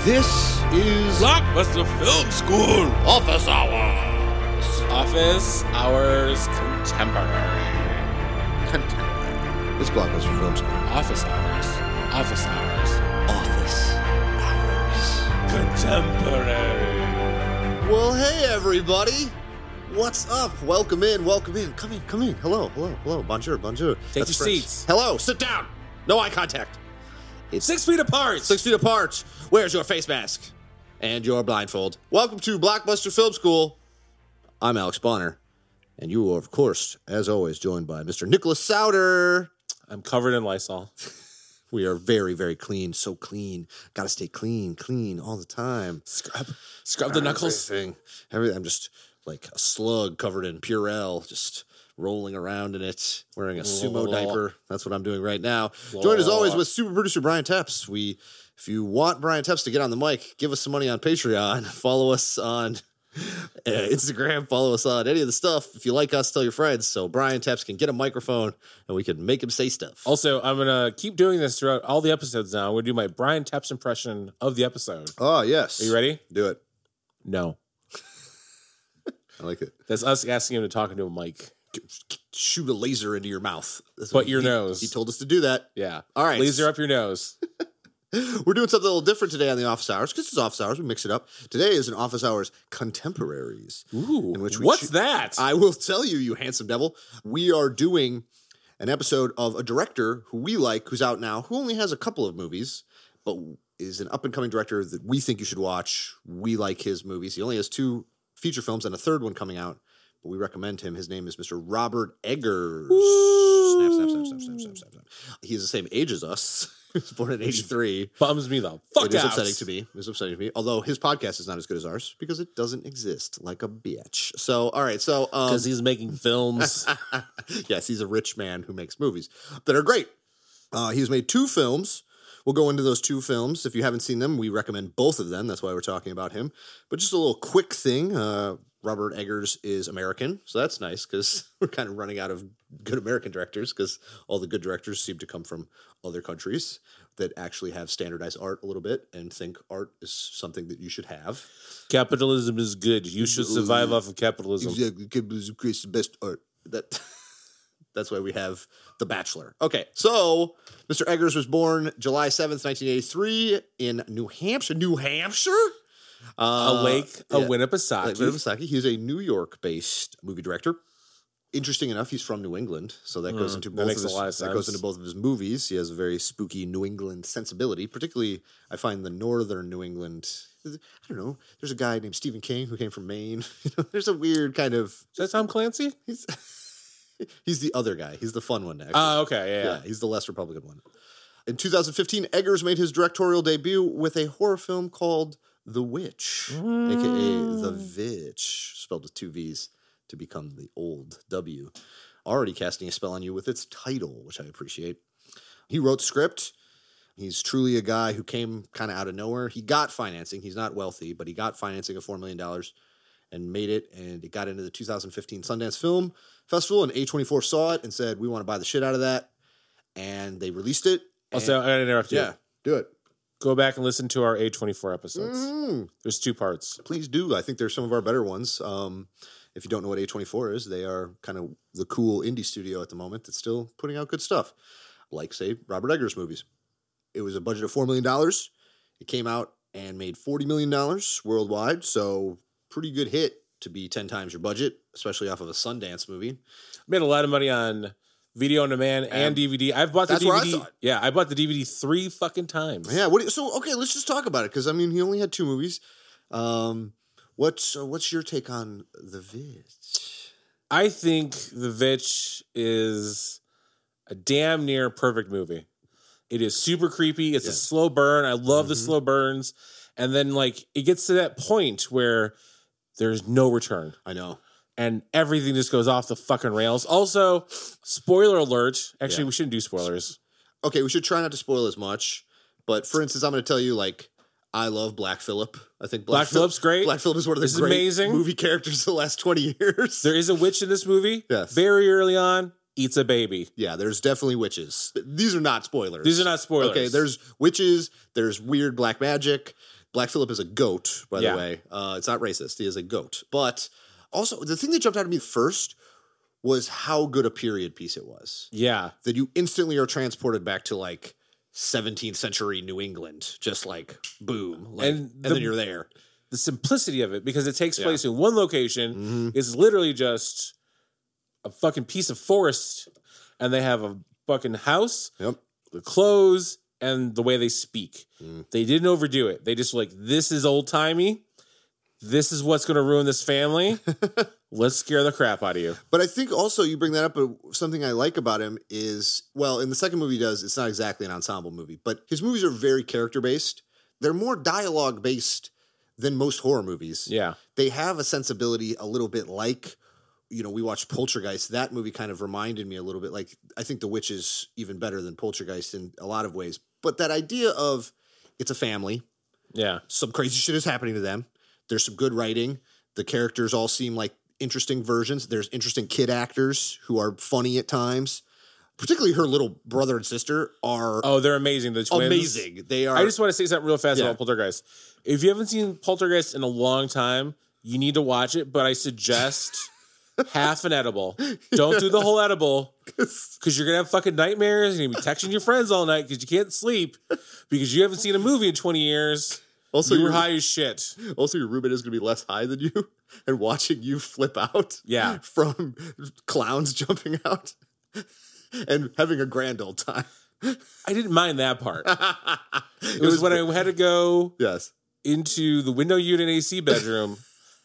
This is Blockbuster Film School Office Hours. Office Hours Contemporary. content. It's Blockbuster Film School. Office Hours. Office Hours Office hours. Contemporary. Well, hey everybody. What's up? Welcome in. Welcome in. Come in. Come in. Hello. Hello. Hello. Bonjour. Bonjour. Take your seats. Hello. Sit down. No eye contact. It's Six feet apart. six feet apart. Where's your face mask and your blindfold? Welcome to Blockbuster Film School. I'm Alex Bonner, and you are, of course, as always, joined by Mr. Nicholas Souter. I'm covered in Lysol. We are very, very clean. So clean. Got to stay clean, clean all the time. Scrub, scrub the knuckles. Everything. Everything. I'm just like a slug covered in Purell, just rolling around in it, wearing a sumo diaper. That's what I'm doing right now. Joined as always with super producer Brian Tepps. We, if you want Brian Tepps to get on the mic, give us some money on Patreon. Follow us on. uh, Instagram, follow us on any of the stuff. If you like us, tell your friends. So Brian Tepps can get a microphone and we can make him say stuff. Also, I'm gonna keep doing this throughout all the episodes now. I'm gonna do my Brian Tepps impression of the episode. Oh, yes. Are you ready? Do it. No. I like it. That's us asking him to talk into a mic. Shoot a laser into your mouth. That's But what your he- nose. He told us to do that. Yeah. All right. Laser up your nose. We're doing something a little different today on the office hours because it's office hours. We mix it up. Today is an office hours contemporaries. Ooh. which we what's choo- that? I will tell you, you handsome devil, we are doing an episode of a director who we like, who's out now, who only has a couple of movies, but is an up and coming director that we think you should watch. We like his movies. He only has two feature films and a third one coming out, but we recommend him. His name is Mr. Robert Eggers. Snap, snap, snap, snap, snap, snap, snap, snap. He's the same age as us. He was born in 83. Bums me the fuck It is out. upsetting to me. It is upsetting to me. Although his podcast is not as good as ours because it doesn't exist like a bitch. So, all right. So, um, because he's making films. yes, he's a rich man who makes movies that are great. Uh, he's made two films. We'll go into those two films. If you haven't seen them, we recommend both of them. That's why we're talking about him. But just a little quick thing uh, Robert Eggers is American. So that's nice because we're kind of running out of good American directors because all the good directors seem to come from other countries that actually have standardized art a little bit and think art is something that you should have. capitalism is good. You should survive off of capitalism. Exactly. Capitalism creates the best art. That that's why we have The Bachelor. Okay, so Mr. Eggers was born July seventh, nineteen eighty three, in New Hampshire. New Hampshire. Uh, a lake, a yeah. Like Winnipesaukee. Winnipesaukee. He's a New York based movie director. Interesting enough, he's from New England, so that goes Hmm, into that both makes of a his, lot of that goes sense. into both of his movies. He has a very spooky New England sensibility, particularly I find the northern New England. I don't know. There's a guy named Stephen King who came from Maine. You know, there's a weird kind of Is that Tom Clancy? he's he's the other guy. He's the fun one actually. Oh, okay, yeah, yeah, yeah. he's the less Republican one. In 2015, Eggers made his directorial debut with a horror film called The Witch, aka The Mm. Vitch, spelled with two V's to become the old W. Already casting a spell on you with its title, which I appreciate. He wrote the script. He's truly a guy who came kind of out of nowhere. He got financing. He's not wealthy, but he got financing of $4 million and made it. And it got into the 2015 Sundance Film Festival. And A24 saw it and said, We want to buy the shit out of that. And they released it. Also, I'm gonna interrupt you. yeah, do it. Go back and listen to our A24 episodes. Mm-hmm. There's two parts. please do. I think they're some of our better ones. Um, if you don't know what A24 is, they are kind of the cool indie studio at the moment that's still putting out good stuff, like, say, Robert Eggers movies. It was a budget of $4 million. It came out and made $40 million worldwide. So, pretty good hit to be 10 times your budget, especially off of a Sundance movie. Made a lot of money on video on demand and DVD. I've bought the that's DVD. where I saw it. Yeah, I bought the DVD three fucking times. Yeah. What? do you- so okay, let's just talk about it because I mean, he only had two movies. Um, what's uh, what's your take on the Viz? I think The Vitch is a damn near perfect movie. It is super creepy. It's a Yeah. slow burn. I love the Mhm. slow burns. And then like it gets to that point where there's no return I know. and everything just goes off the fucking rails. Also, spoiler alert. Actually, Yeah. we shouldn't do spoilers. okay, we should try not to spoil as much. But for instance, I'm going to tell you like I love Black Phillip. I think Black Phil- Phillip's great. Black Phillip is one of the This is great amazing. movie characters of the last 20 years. There is a witch in this movie. Yes. Very early on, eats a baby. yeah, there's definitely witches. These are not spoilers. These are not spoilers. Okay, there's witches, there's weird black magic, Black Phillip is a goat, by Yeah. the way. Uh, it's not racist. He is a goat. But also, the thing that jumped out at me first was how good a period piece it was. Yeah. That you instantly are transported back to like 17th century New England, just like boom, like, And and, the- then you're there. The simplicity of it because it takes Yeah. Mm-hmm. place in one location. It's literally just a fucking piece of forest, and they have a fucking house, Yep. the clothes, and the way they speak. Mm. They didn't overdo it. They just like this is old timey. This is what's going to ruin this family. Let's scare the crap out of you. But I think also you bring that up. But something I like about him is well, in the second movie, he does it's not exactly an ensemble movie, but his movies are very character based. They're more dialogue based than most horror movies. Yeah. They have a sensibility a little bit like, you know, we watched Poltergeist. That movie kind of reminded me a little bit like I think The Witch is even better than Poltergeist in a lot of ways. But that idea of it's a family, Yeah. some crazy shit is happening to them. There's some good writing. The characters all seem like interesting versions. There's interesting kid actors who are funny at times. Particularly her little brother and sister are Oh, they're amazing. The twins. amazing. They are I just want to say something real fast Yeah. about Poltergeist. If you haven't seen Poltergeist in a long time, you need to watch it, but I suggest half an edible. Don't do the whole edible because you're going to have fucking nightmares and you're going to be texting your friends all night because you can't sleep because you haven't seen a movie in 20 years. also So you were high as shit. also your roommate is going to be less high than you and watching you flip out Yeah. from clowns jumping out and having a grand old time. I didn't mind that part. It, it, was, when I had to go yes. into the window unit AC bedroom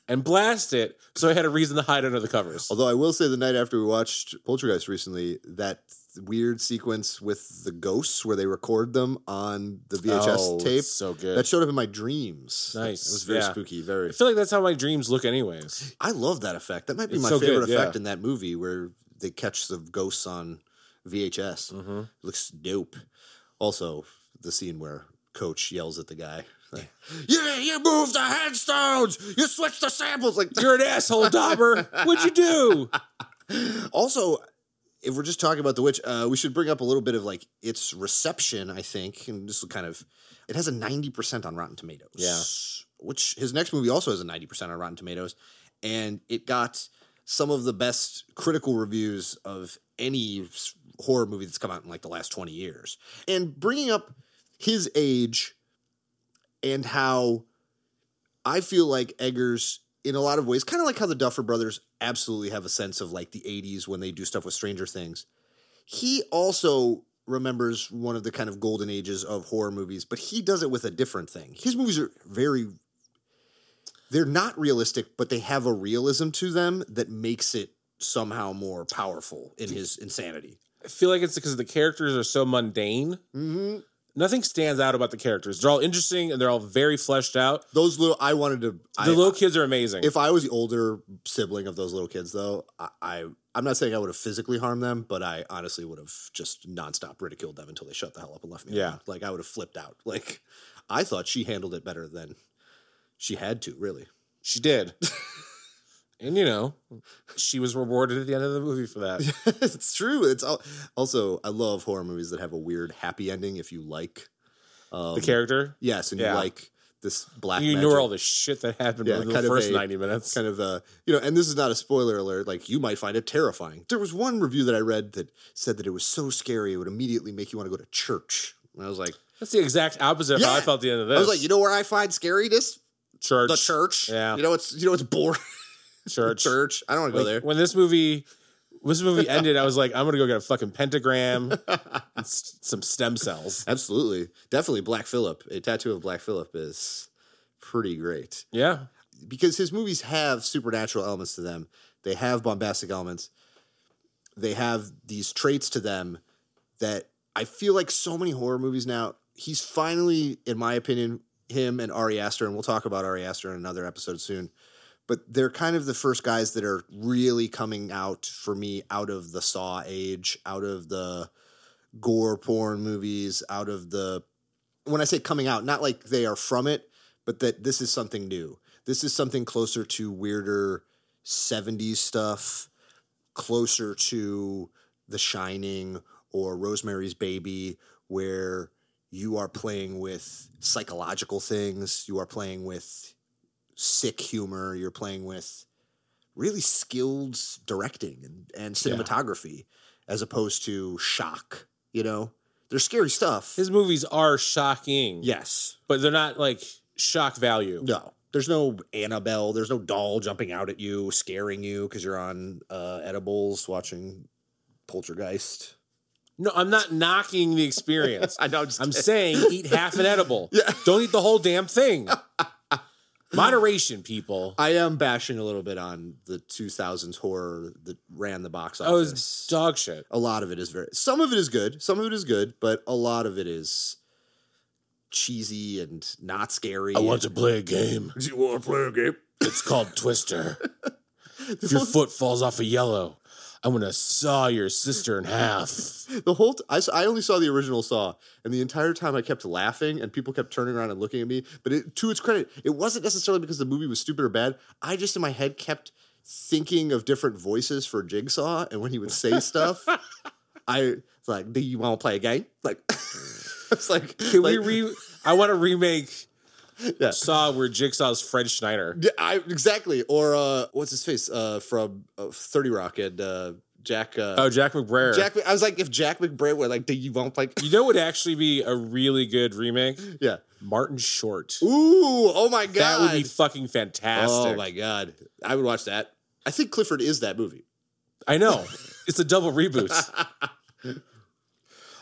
and blast it, so I had a reason to hide under the covers. Although I will say, the night after we watched Poltergeist recently, that weird sequence with the ghosts where they record them on the VHS Oh, tape it's so good. that showed up in my dreams. Nice. it was very Yeah. spooky. Very. I feel like that's how my dreams look, anyways. I love that effect. That might be It's my so good, favorite effect yeah. in that movie where they catch the ghosts on VHS. Mhm. Looks dope. Also, the scene where Coach yells at the guy. Like, yeah, you moved the headstones. You switched the samples. Like You're an asshole, Dauber. What'd you do? also if we're just talking about the witch uh, we should bring up a little bit of like its reception i think and this will kind of it has a 90% on rotten tomatoes Yeah. which his next movie also has a 90% on rotten tomatoes and it got some of the best critical reviews of any s- horror movie that's come out in like the last 20 years and bringing up his age and how I feel like Eggers, in a lot of ways, kind of like how the Duffer brothers absolutely have a sense of like the 80s when they do stuff with Stranger Things. He also remembers one of the kind of golden ages of horror movies, but he does it with a different thing. His movies are very, they're not realistic, but they have a realism to them that makes it somehow more powerful in his insanity. I feel like it's because the characters are so mundane. Mm-hmm. Nothing stands out about the characters. They're all interesting and they're all very fleshed out. Those little, I wanted to. The I- little kids are amazing. If I was the older sibling of those little kids, though, I, I I'm not saying I would have physically harmed them, but I honestly would have just nonstop ridiculed them until they shut the hell up and left me. Yeah. alone. like I would have flipped out. Like I thought she handled it better than she had to. Really, she did. and you know, she was rewarded at the end of the movie for that. it's true. It's all, also I love horror movies that have a weird happy ending. If you like, um, The character. yes, and Yeah. you like this black, You magic- ignore all the shit that happened Yeah, over the kind of first a- 90 minutes. kind of uh you know and this is not a spoiler alert like you might find it terrifying there was one review that i read that said that it was so scary it would immediately make you want to go to church and i was like That's the exact opposite of how I Yeah. felt at the end of this. i was like you know where i find scariness church. the church Yeah. you know it's you know it's boring Church. church i don't want to Like, go there When this movie this movie ended, I was like, I'm gonna go get a fucking pentagram and s- some stem cells. absolutely definitely black phillip a tattoo of black phillip is pretty great Yeah. because his movies have supernatural elements to them. They have bombastic elements. They have these traits to them that I feel like so many horror movies now. He's finally, in my opinion, him and Ari Aster, and we'll talk about Ari Aster in another episode soon. But they're kind of the first guys that are really coming out for me out of the Saw age, out of the gore porn movies, out of the. When I say coming out, not like they are from it, but that this is something new. This is something closer to weirder 70s stuff, closer to The Shining or Rosemary's Baby, where you are playing with psychological things, you are playing with sick humor, you're playing with really skilled directing and, and Yeah. cinematography as opposed to shock, you know? There's scary stuff. His movies are shocking. yes. But they're not like shock value. No. There's no Annabelle, there's no doll jumping out at you, scaring you because you're on uh, edibles watching Poltergeist. No, I'm not knocking the experience. I know. I'm, just I'm kidding. saying eat half an edible. Yeah. Don't eat the whole damn thing. Moderation, people. I am bashing a little bit on the 2000s horror that ran the box That was office. Oh, dog shit. a lot of it is very. Some of it is good. Some of it is good, but a lot of it is cheesy and not scary. to play a game. You want to play a game? It's called Twister. If your foot falls off a yellow, I'm gonna saw your sister in half. The whole t- I, s- I only saw the original Saw, and the entire time I kept laughing, and people kept turning around and looking at me. But it, to its credit, it wasn't necessarily because the movie was stupid or bad. I just in my head kept thinking of different voices for Jigsaw, and when he would say stuff, I was like, "Do you want to play a game?" Like, it's like, Can like, we re? I want to remake Yeah. Saw where Jigsaw's Fred Schneider. Yeah, I, exactly. Or uh, what's his face uh, from uh, Thirty Rock and uh, Jack. Uh, Oh, Jack McBrayer. Jack, I was like, if Jack McBrayer were like, "Do you want to play?" you know what would actually be a really good remake? Yeah. Martin Short. Ooh, oh my god. That would be fucking fantastic. Oh my god, I would watch that. I think Clifford is that movie. I know. It's a double reboot.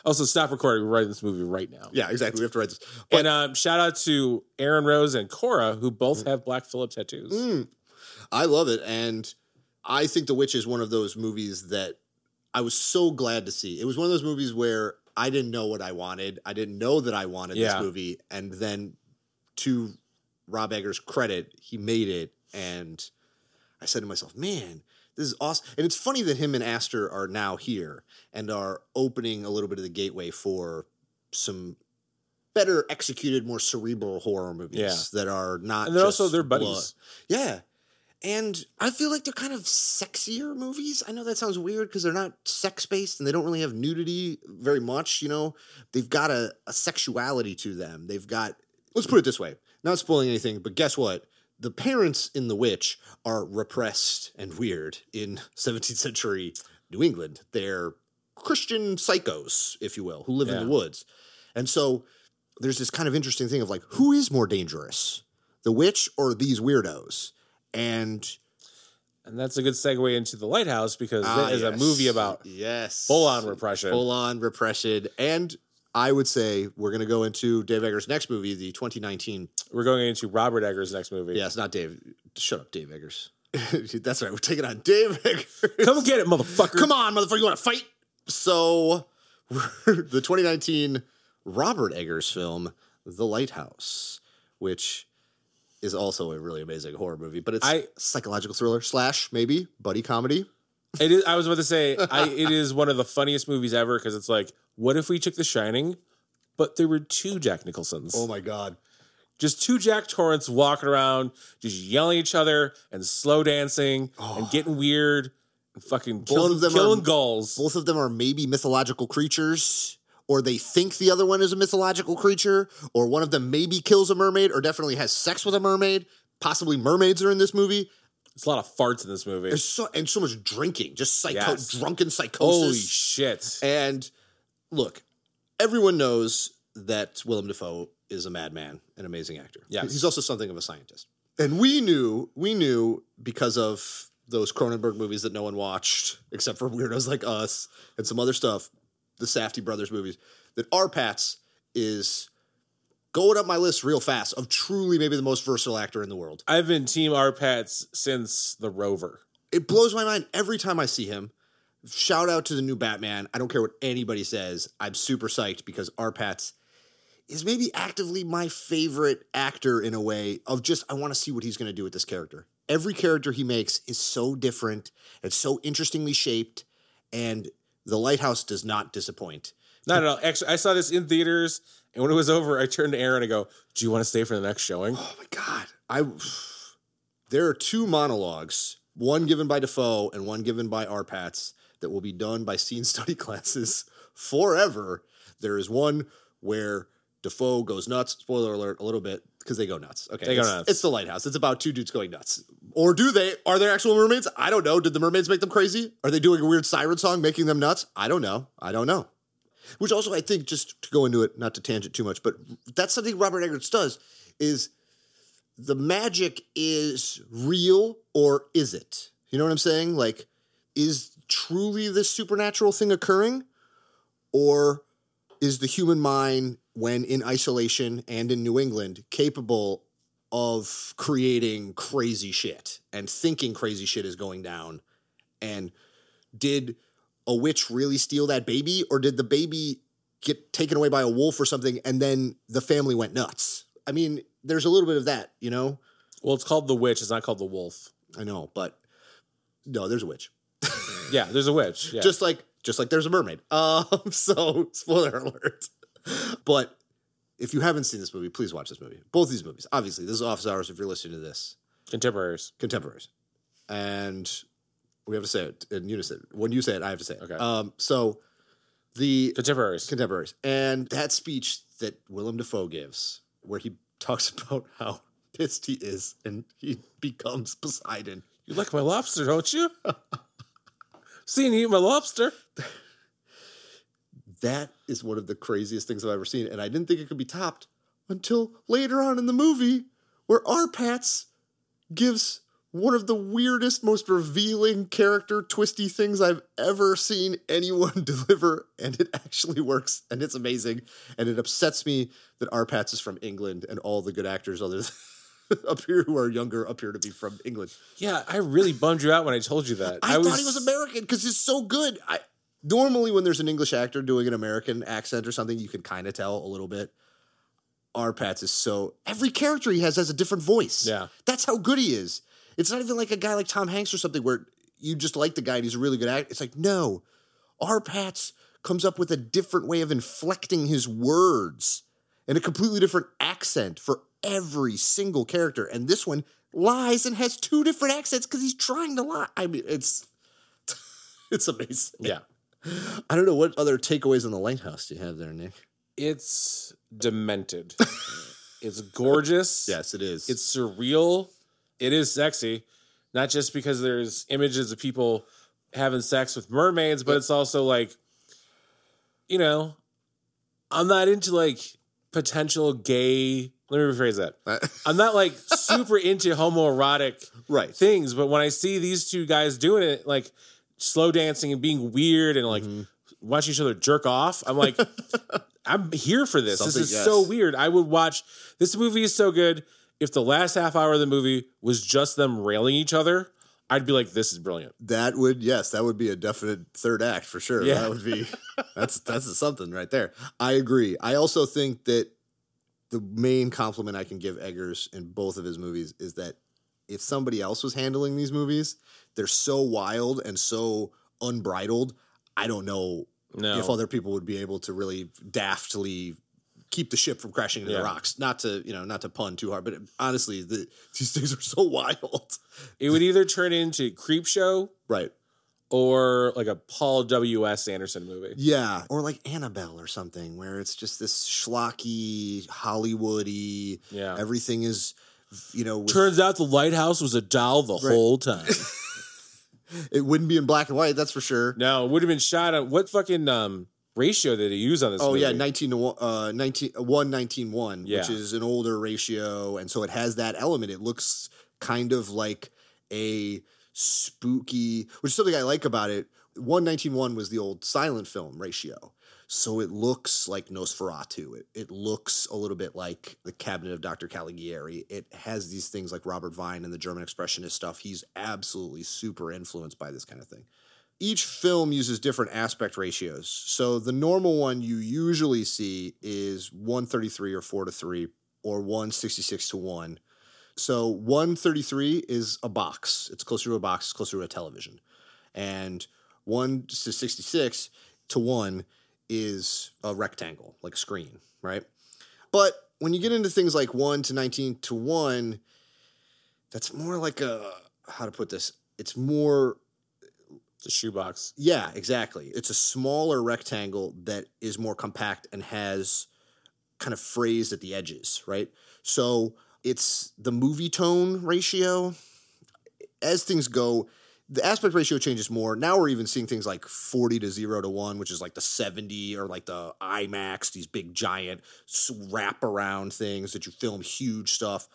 also, stop recording. We're writing this movie right now. Yeah, exactly. We have to write this. But And um, shout out to Aaron Rose and Cora, who both have Black Phillip tattoos. mm, I love it, and I think The Witch is one of those movies that I was so glad to see. It was one of those movies where I didn't know what I wanted. I didn't know that I wanted Yeah. this movie, and then to Rob Egger's credit, he made it, and I said to myself, "Man." This is awesome. And it's funny that him and Astor are now here and are opening a little bit of the gateway for some better executed, more cerebral horror movies Yeah. that are not. And they're just also their blood. buddies. Yeah. And I feel like they're kind of sexier movies. I know that sounds weird because they're not sex based and they don't really have nudity very much. You know, they've got a, a sexuality to them. They've got, let's put it this way not spoiling anything, but guess what? The parents in The Witch are repressed and weird in 17th century New England. They're Christian psychos, if you will, who live Yeah. in the woods. And so there's this kind of interesting thing of like, who is more dangerous? the witch or these weirdos and And that's a good segue into The Lighthouse because Ah, that is a yes. movie about yes full on repression. full on repression and i would say we're going to go into dave eggers next movie the 2019 We're going into Robert Eggers' next movie. yes not dave shut up dave eggers that's right we're taking on dave eggers Come get it, motherfucker. come on motherfucker you want to fight so the 2019 robert eggers film the lighthouse which is also a really amazing horror movie but it's I- psychological thriller slash maybe buddy comedy It is, I was about to say, I, it is one of the funniest movies ever because it's like, what if we took The Shining, but there were two Jack Nicholsons? Oh my god just two Jack Torrance walking around, just yelling at each other and slow dancing and getting weird and fucking killing, Oh. of them killing are- gulls. both of them are maybe mythological creatures or they think the other one is a mythological creature or one of them maybe kills a mermaid or definitely has sex with a mermaid possibly mermaids are in this movie There's a lot of farts in this movie. there's so and so much drinking just psycho Yes. drunken Holy psychosis shit. and look everyone knows that Willem Dafoe is a madman an amazing actor Yes. he's also something of a scientist and we knew we knew because of those Cronenberg movies that no one watched except for weirdos like us and some other stuff, the Safety brothers movies, that our Pats is going up my list real fast of truly maybe the most versatile actor in the world. I've been Team Arpats since The Rover. It blows my mind every time I see him. Shout out to the new Batman. I don't care what anybody says. I'm super psyched because our Pats is maybe actively my favorite actor in a way of just I want to see what he's going to do with this character. Every character he makes is so different and so interestingly shaped and the lighthouse does not disappoint. Not at all. Actually, I saw this in theaters, and when it was over, I turned to Aaron and I go, "Do you want to stay for the next showing?" Oh my god. I there are two monologues, one given by Defoe and one given by Arpats that will be done by scene study classes forever. There is one where Defoe goes nuts. Spoiler alert, a little bit because they go nuts. Okay, They go it's, nuts. It's the lighthouse. It's about two dudes going nuts, or do they? Are there actual mermaids? I don't know. Did the mermaids make them crazy? Are they doing a weird siren song making them nuts? I don't know. I don't know. Which also, I think, just to go into it, not to tangent too much, but that's something Robert Eggers does is the magic is real or is it? You know what I'm saying? Like, is truly this supernatural thing occurring? Or is the human mind, when in isolation and in New England, capable of creating crazy shit and thinking crazy shit is going down? And did a witch really steal that baby or did the baby get taken away by a wolf or something and then the family went nuts i mean there's a little bit of that you know Well, it's called the witch. It's not called the wolf. i know but no there's a witch Yeah, there's a witch. Yeah. just like just like there's a mermaid um so spoiler alert but if you haven't seen this movie please watch this movie both these movies obviously this is office hours if you're listening to this contemporaries. contemporaries and we have to say it in unison when you say it i have to say it Okay. um so the Contemporaries. contemporaries. And that speech that Willem Dafoe gives, where he talks about how pissed he is and he becomes Poseidon. You like my lobster, don't you? Seen you eat my lobster. That is one of the craziest things I've ever seen. And I didn't think it could be topped until later on in the movie, where Arpats gives one of the weirdest, most revealing character twisty things I've ever seen anyone deliver. And it actually works and it's amazing. And it upsets me that Arpats is from England and all the good actors other than up here who are younger appear to be from England. Yeah, I really bummed you out when I told you that. I, thought he was American because he's so good. I normally when there's an English actor doing an American accent or something, you can kind of tell a little bit. Arpats is so every character he has has a different voice. Yeah. that's how good he is. It's not even like a guy like Tom Hanks or something where you just like the guy and he's a really good actor. It's like no, Arpats comes up with a different way of inflecting his words and a completely different accent for every single character. And this one lies and has two different accents because he's trying to lie. I mean, it's it's amazing. Yeah. I don't know what other takeaways on the lighthouse do you have there, Nick. It's demented. it's gorgeous. Yes, it is. It's surreal. It is sexy. Not just because there's images of people having sex with mermaids, but it's also like, you know, I'm not into like potential gay. Let me rephrase that. I'm not like super into homoerotic right. things, but when I see these two guys doing it, like slow dancing and being weird and like Mm-hmm. watching each other jerk off, I'm like, I'm here for this. Something- this is yes. so weird. I would watch this movie is so good. If the last half hour of the movie was just them railing each other, I'd be like, this is brilliant. That would yes, that would be a definite third act for sure. Yeah. That would be that's that's something right there. I agree. I also think that the main compliment I can give Eggers in both of his movies is that if somebody else was handling these movies, they're so wild and so unbridled. I don't know No. if other people would be able to really daftly keep the ship from crashing into Yeah. rocks. Not to you know, not to pun too hard, but honestly, the, these things are so wild. it would either turn into Creep Show Right. or like a Paul W.S. Anderson movie. Yeah, or like Annabelle or something, where it's just this schlocky, Hollywoody. Yeah. Everything is, you know, with- Turns out the lighthouse was a doll the Right. whole time. it wouldn't be in black and white. That's for sure. No, it would have been shot on what fucking um ratio did he use on this? Oh yeah, movie? nineteen to one, uh, 19, one, 19, one, Yeah. which is an older ratio, and so it has that element. It looks kind of like a spooky, which is something I like about it. One nineteen one was the old silent film ratio, so it looks like Nosferatu. It it looks a little bit like the Cabinet of Dr. Caligari. It has these things like Robert Vine and the German expressionist stuff. He's absolutely super influenced by this kind of thing each film uses different aspect ratios. So the normal one you usually see is 133 or 4 to 3 or 166 to 1. So 133 is a box. It's closer to a box, it's closer to a television. And 1 to 66 to 1 is a rectangle, like a screen, right? But when you get into things like 1 to 19 to 1, that's more like a how to put this? It's more It's a shoebox. yeah, exactly. It's a smaller rectangle that is more compact and has kind of phrased at the edges, right? So it's the movie tone ratio. As things go, the aspect ratio changes more. Now we're even seeing things like 40 to 0 to 1, which is like the 70 or like the IMAX, these big giant s- wraparound things that you film huge stuff.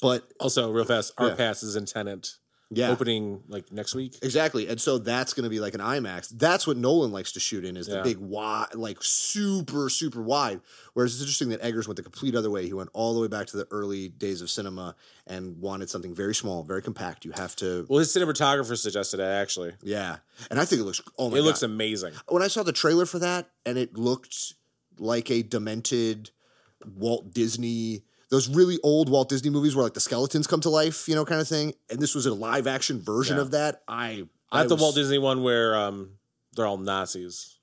But Also, real fast, our Yeah. pass is in tenant yeah. opening like next week. Exactly. And so that's going to be like an IMAX. That's what Nolan likes to shoot in is the Yeah. big wide, like super, super wide. Whereas it's interesting that Eggers went the complete other way. He went all the way back to the early days of cinema and wanted something very small, very compact. You have to, Well, his cinematographer suggested it actually. yeah. And I think it looks, oh my it looks God. amazing. when I saw the trailer for that and it looked like a demented Walt Disney, those really old Walt Disney movies where like the skeletons come to life, you know, kind of thing. And this was a live action version Yeah. of that. I, I Not the was- Walt Disney one where um, they're all Nazis.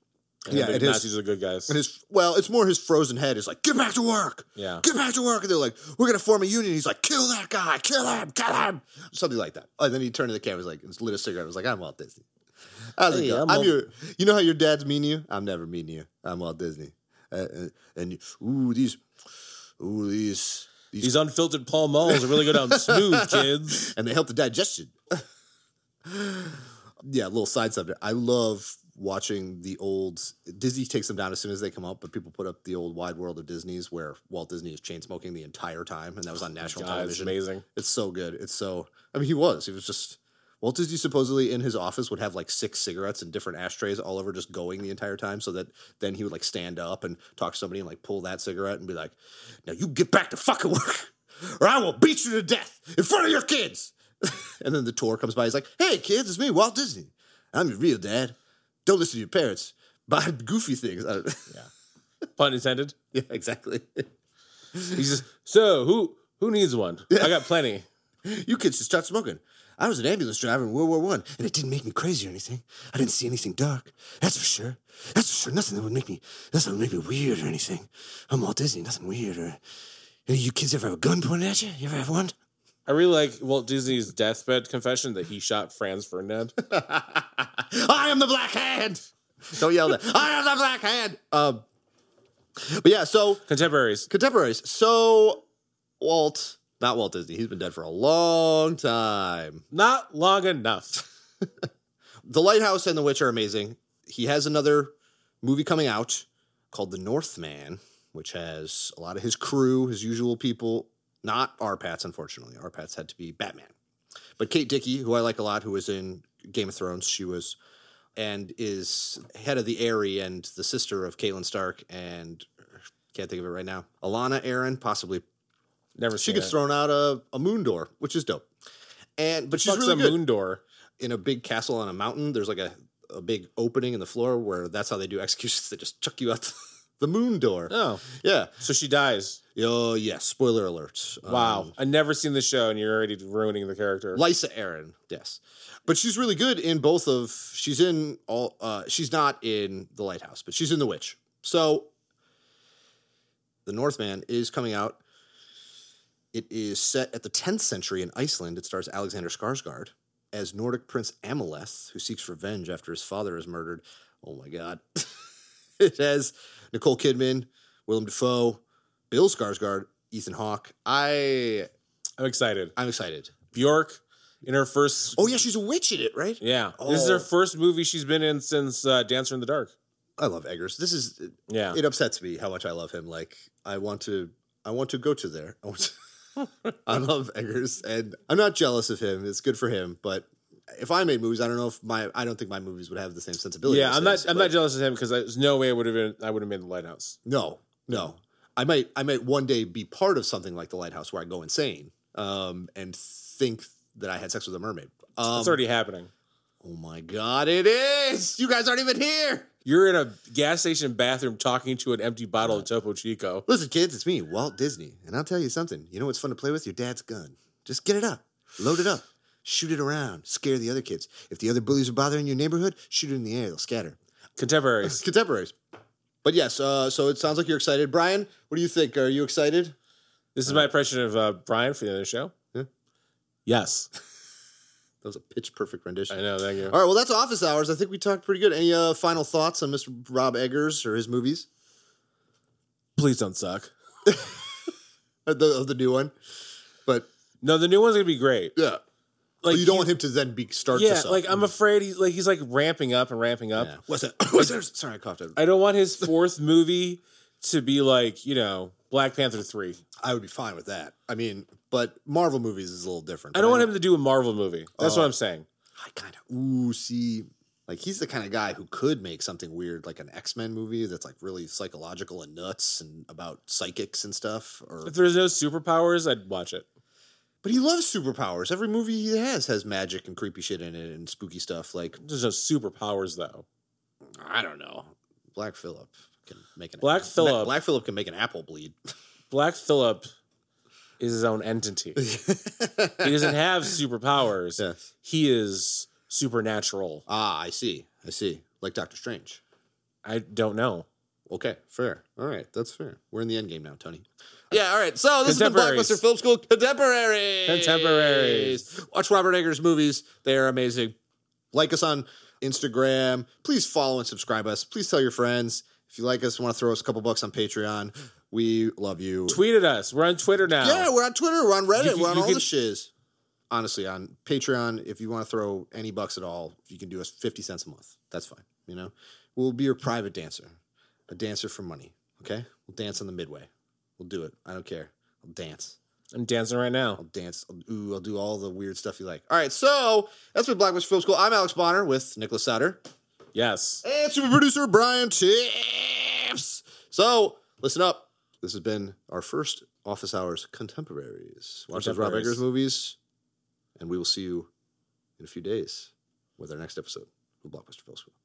And Yeah, the it is- Nazis are good guys. And his well, it's more his frozen head is like, get back to work, yeah. get back to work. And they're like, we're gonna form a union. He's like, kill that guy, kill him, kill him, something like that. And then he turned to the camera, he's like, and lit a cigarette. I was like, I'm Walt Disney. How's it Hey, go? I'm I'm, Walt- your. You know how your dad's mean to you? I'm never mean to you. I'm Walt Disney. Uh, uh, and you, ooh these, ooh these, these, These unfiltered Paul Malls are really good on smooth, kids. and they help the digestion. yeah, a little side subject. I love watching the old Disney takes them down as soon as they come up, but people put up the old Wide World of Disney's where Walt Disney is chain smoking the entire time, and that was on national Oh God, it's television. amazing. It's so good. It's so. I mean, he was. He was just. Walt Disney supposedly in his office would have like six cigarettes in different ashtrays all over, just going the entire time. So that then he would like stand up and talk to somebody and like pull that cigarette and be like, "Now you get back to fucking work, or I will beat you to death in front of your kids." and then the tour comes by. He's like, "Hey kids, it's me, Walt Disney. I'm your real dad. Don't listen to your parents. Buy goofy things." I don't- Pun intended. yeah, exactly. He's just so who who needs one? I got plenty. You kids should start smoking. I was an ambulance driver in World War One, and it didn't make me crazy or anything. I didn't see anything dark. That's for sure. That's for sure. Nothing that would make me. Nothing would make me weird or anything. I'm Walt Disney. Nothing weird or. Any of you kids ever have a gun pointed at you? You ever have one? I really like Walt Disney's deathbed confession that he shot Franz Ferdinand. I am the Black Hand. Don't yell that. I am the Black Hand. Um. But yeah, so Contemporaries. contemporaries. So Walt, not Walt Disney. He's been dead for a long time. Not long enough. The Lighthouse and The Witch are amazing. He has another movie coming out called The Northman, which has a lot of his crew, his usual people, not our Pats, unfortunately. Our Pats had to be Batman. But Kate Dickey, who I like a lot, who was in Game of Thrones, she was and is head of the Aerie and the sister of Catelyn Stark and can't think of it right now. Alana Aaron, possibly. Never She seen gets it. thrown out a, a moon door, which is dope. And but she's Fucks really a good moon door. in a big castle on a mountain, there's like a, a big opening in the floor where that's how they do executions. They just chuck you out the, the moon door. Oh, Yeah. so she dies. Oh, yes. Spoiler alert. Wow. Um, I never seen the show, and you're already ruining the character. Lysa Aaron. Yes. But she's really good in both of, she's in all, uh, she's not in The Lighthouse, but she's in The Witch. So The Northman is coming out. It is set at the 10th century in Iceland. It stars Alexander Skarsgård as Nordic prince Amleth, who seeks revenge after his father is murdered. Oh my God. it has Nicole Kidman, Willem Dafoe, Bill Skarsgård, Ethan Hawke. I I'm excited. I'm excited. Bjork in her first. Oh yeah, she's a witch in it, right? Yeah. This is Oh. her first movie she's been in since uh, Dancer in the Dark. I love Eggers. This is Yeah. it upsets me how much I love him. Like I want to I want to go to there. I want to, I love Eggers and I'm not jealous of him. It's good for him, but if I made movies, I don't know if my I don't think my movies would have the same sensibility. yeah, as I'm his, not. I'm but- not jealous of him because there's no way I would have been. I would have made the lighthouse. No, no. I might I might one day be part of something like the lighthouse where I go insane um, and think that I had sex with a mermaid. Um, It's already happening. oh my god, it is! You guys aren't even here. You're in a gas station bathroom talking to an empty bottle of Topo Chico. Listen, kids, it's me, Walt Disney, and I'll tell you something. You know what's fun to play with? Your dad's gun. Just get it up, load it up, shoot it around, scare the other kids. If the other bullies are bothering your neighborhood, shoot it in the air; they'll scatter. Contemporaries. Contemporaries. But yes, uh, so it sounds like you're excited, Brian. What do you think? Are you excited? This is my impression of uh, Brian for the other show. Yeah. Yes, That was a pitch perfect rendition. I know. Thank you. All right, well, that's office hours. I think we talked pretty good. Any uh, final thoughts on Mr. Rob Eggers or his movies? Please don't suck. of Uh, the, of the new one. But No, the new one's gonna be great. yeah, Like you don't he- want him to then be start. Yeah, to suck. like uh, E- I'm afraid he's like he's like ramping up and ramping up. Yeah. What's that? What's that? Sorry, I coughed. It. I don't want his fourth movie to be like you know Black Panther three. I would be fine with that. I mean, but Marvel movies is a little different. I don't want him to do a Marvel movie. That's what I'm saying. I kind of ooh see. Like he's the kind of guy who could make something weird, like an X Men movie that's like really psychological and nuts and about psychics and stuff. Or If there's no superpowers, I'd watch it. but he loves superpowers. Every movie he has has magic and creepy shit in it and spooky stuff. Like There's no superpowers though. I don't know, Black Phillip can make an Black Phillip. Black Phillip can make an apple bleed. Black Phillip is his own entity. he doesn't have superpowers. Yes. He is supernatural. Ah, I see. I see. Like Doctor Strange. I don't know. Okay, fair. All right, that's fair. We're in the end game now, Tony. Yeah, all right. So this is the Contemporaries. Blockbuster Film School Contemporaries. Contemporaries. Watch Robert Eggers' movies. They are amazing. Like us on Instagram. Please follow and subscribe us. Please tell your friends. If you like us and want to throw us a couple bucks on Patreon, we love you. Tweet at us. We're on Twitter now. Yeah, we're on Twitter. We're on Reddit. You can- we're on you all can- the shiz. Honestly, on Patreon, if you want to throw any bucks at all, you can do us 50 cents a month. That's fine. You know, we'll be your private dancer, a dancer for money. Okay. We'll dance on the midway. We'll do it. I don't care. I'll dance. I'm dancing right now. I'll dance. I'll, ooh, I'll do all the weird stuff you like. All right. So that's been Blackbush Film School. I'm Alex Bonner with Nicholas Sutter Yes. and super producer Brian Tips. So listen up. This has been our first Office Hours Contemporaries. Watch those Rob Contemporaries. Eggers movies, and we will see you in a few days with our next episode of Blockbuster Film School.